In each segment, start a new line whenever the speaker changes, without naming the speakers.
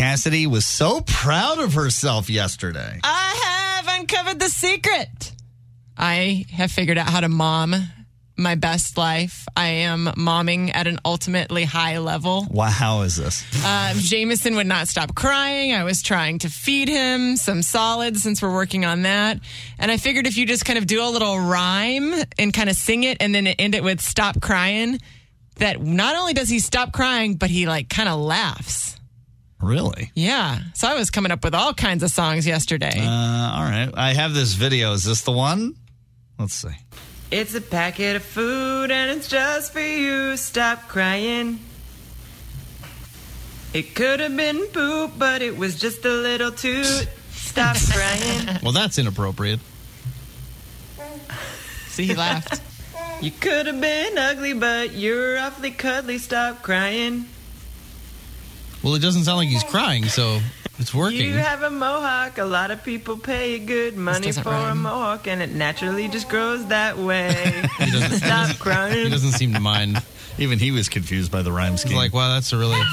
Cassidy was so proud of herself yesterday.
I have uncovered the secret. I have figured out how to mom my best life. I am momming at an ultimately high level.
Wow, how is this?
Uh, Jameson would not stop crying. I was trying to feed him some solids since we're working on that. And I figured if you just kind of do a little rhyme and kind of sing it and then end it with stop crying, that not only does he stop crying, but he like kind of laughs.
Really?
Yeah. So I was coming up with all kinds of songs yesterday.
Uh, all right. I have this video. Is this the one? Let's see.
It's a packet of food and it's just for you. Stop crying. It could have been poop, but it was just a little toot. Stop crying.
Well, that's inappropriate.
See, he laughed.
You could have been ugly, but you're awfully cuddly. Stop crying.
Well, it doesn't sound like he's crying, so it's working.
You have a mohawk. A lot of people pay good money
doesn't
for a
rhyme.
mohawk, and it naturally just grows that way.
doesn't-
Stop
he
crying.
doesn't seem to mind.
Even he was confused by the rhyme
He's
scheme.
like, wow, that's a really.
Food's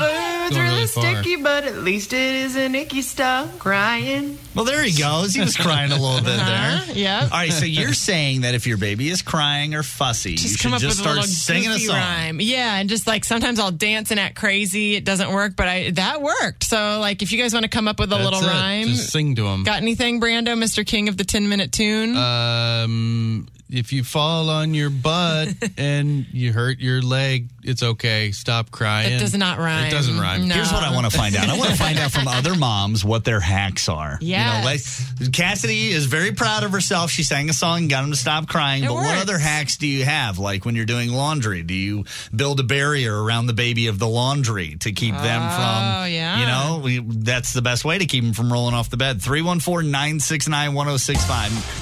Going
really,
really far.
sticky, but at least it isn't icky. Stop crying.
well, there he goes. He was crying a little bit there.
Huh? Yeah.
All right, so you're saying that if your baby is crying or fussy, you
Just
should
come up
just
with a
start
little
singing a
goofy
song.
rhyme. Yeah, and just like sometimes I'll dance and act crazy. It doesn't work, but I that worked. So like if you guys want to come up with a
That's
little
it.
rhyme,
Just sing to him.
got anything, Brando, Mr. King of the Ten Minute Tune?
Uh,
Um, if you fall on your butt and you hurt your leg, it's okay. Stop crying.
That does not rhyme.
It doesn't rhyme.
No.
Here's what I want to find out. I want to find out from other moms what their hacks are.
Yes.
like Cassidy is very proud of herself. She sang a song and got him to stop crying.
It
but what
works.
other hacks do you have? Like when you're doing laundry, do you build a barrier around the baby of the laundry to keep them from,
Oh, yeah.
you know, oh we, that's the best way to keep them from rolling off the bed. 314 969 1065.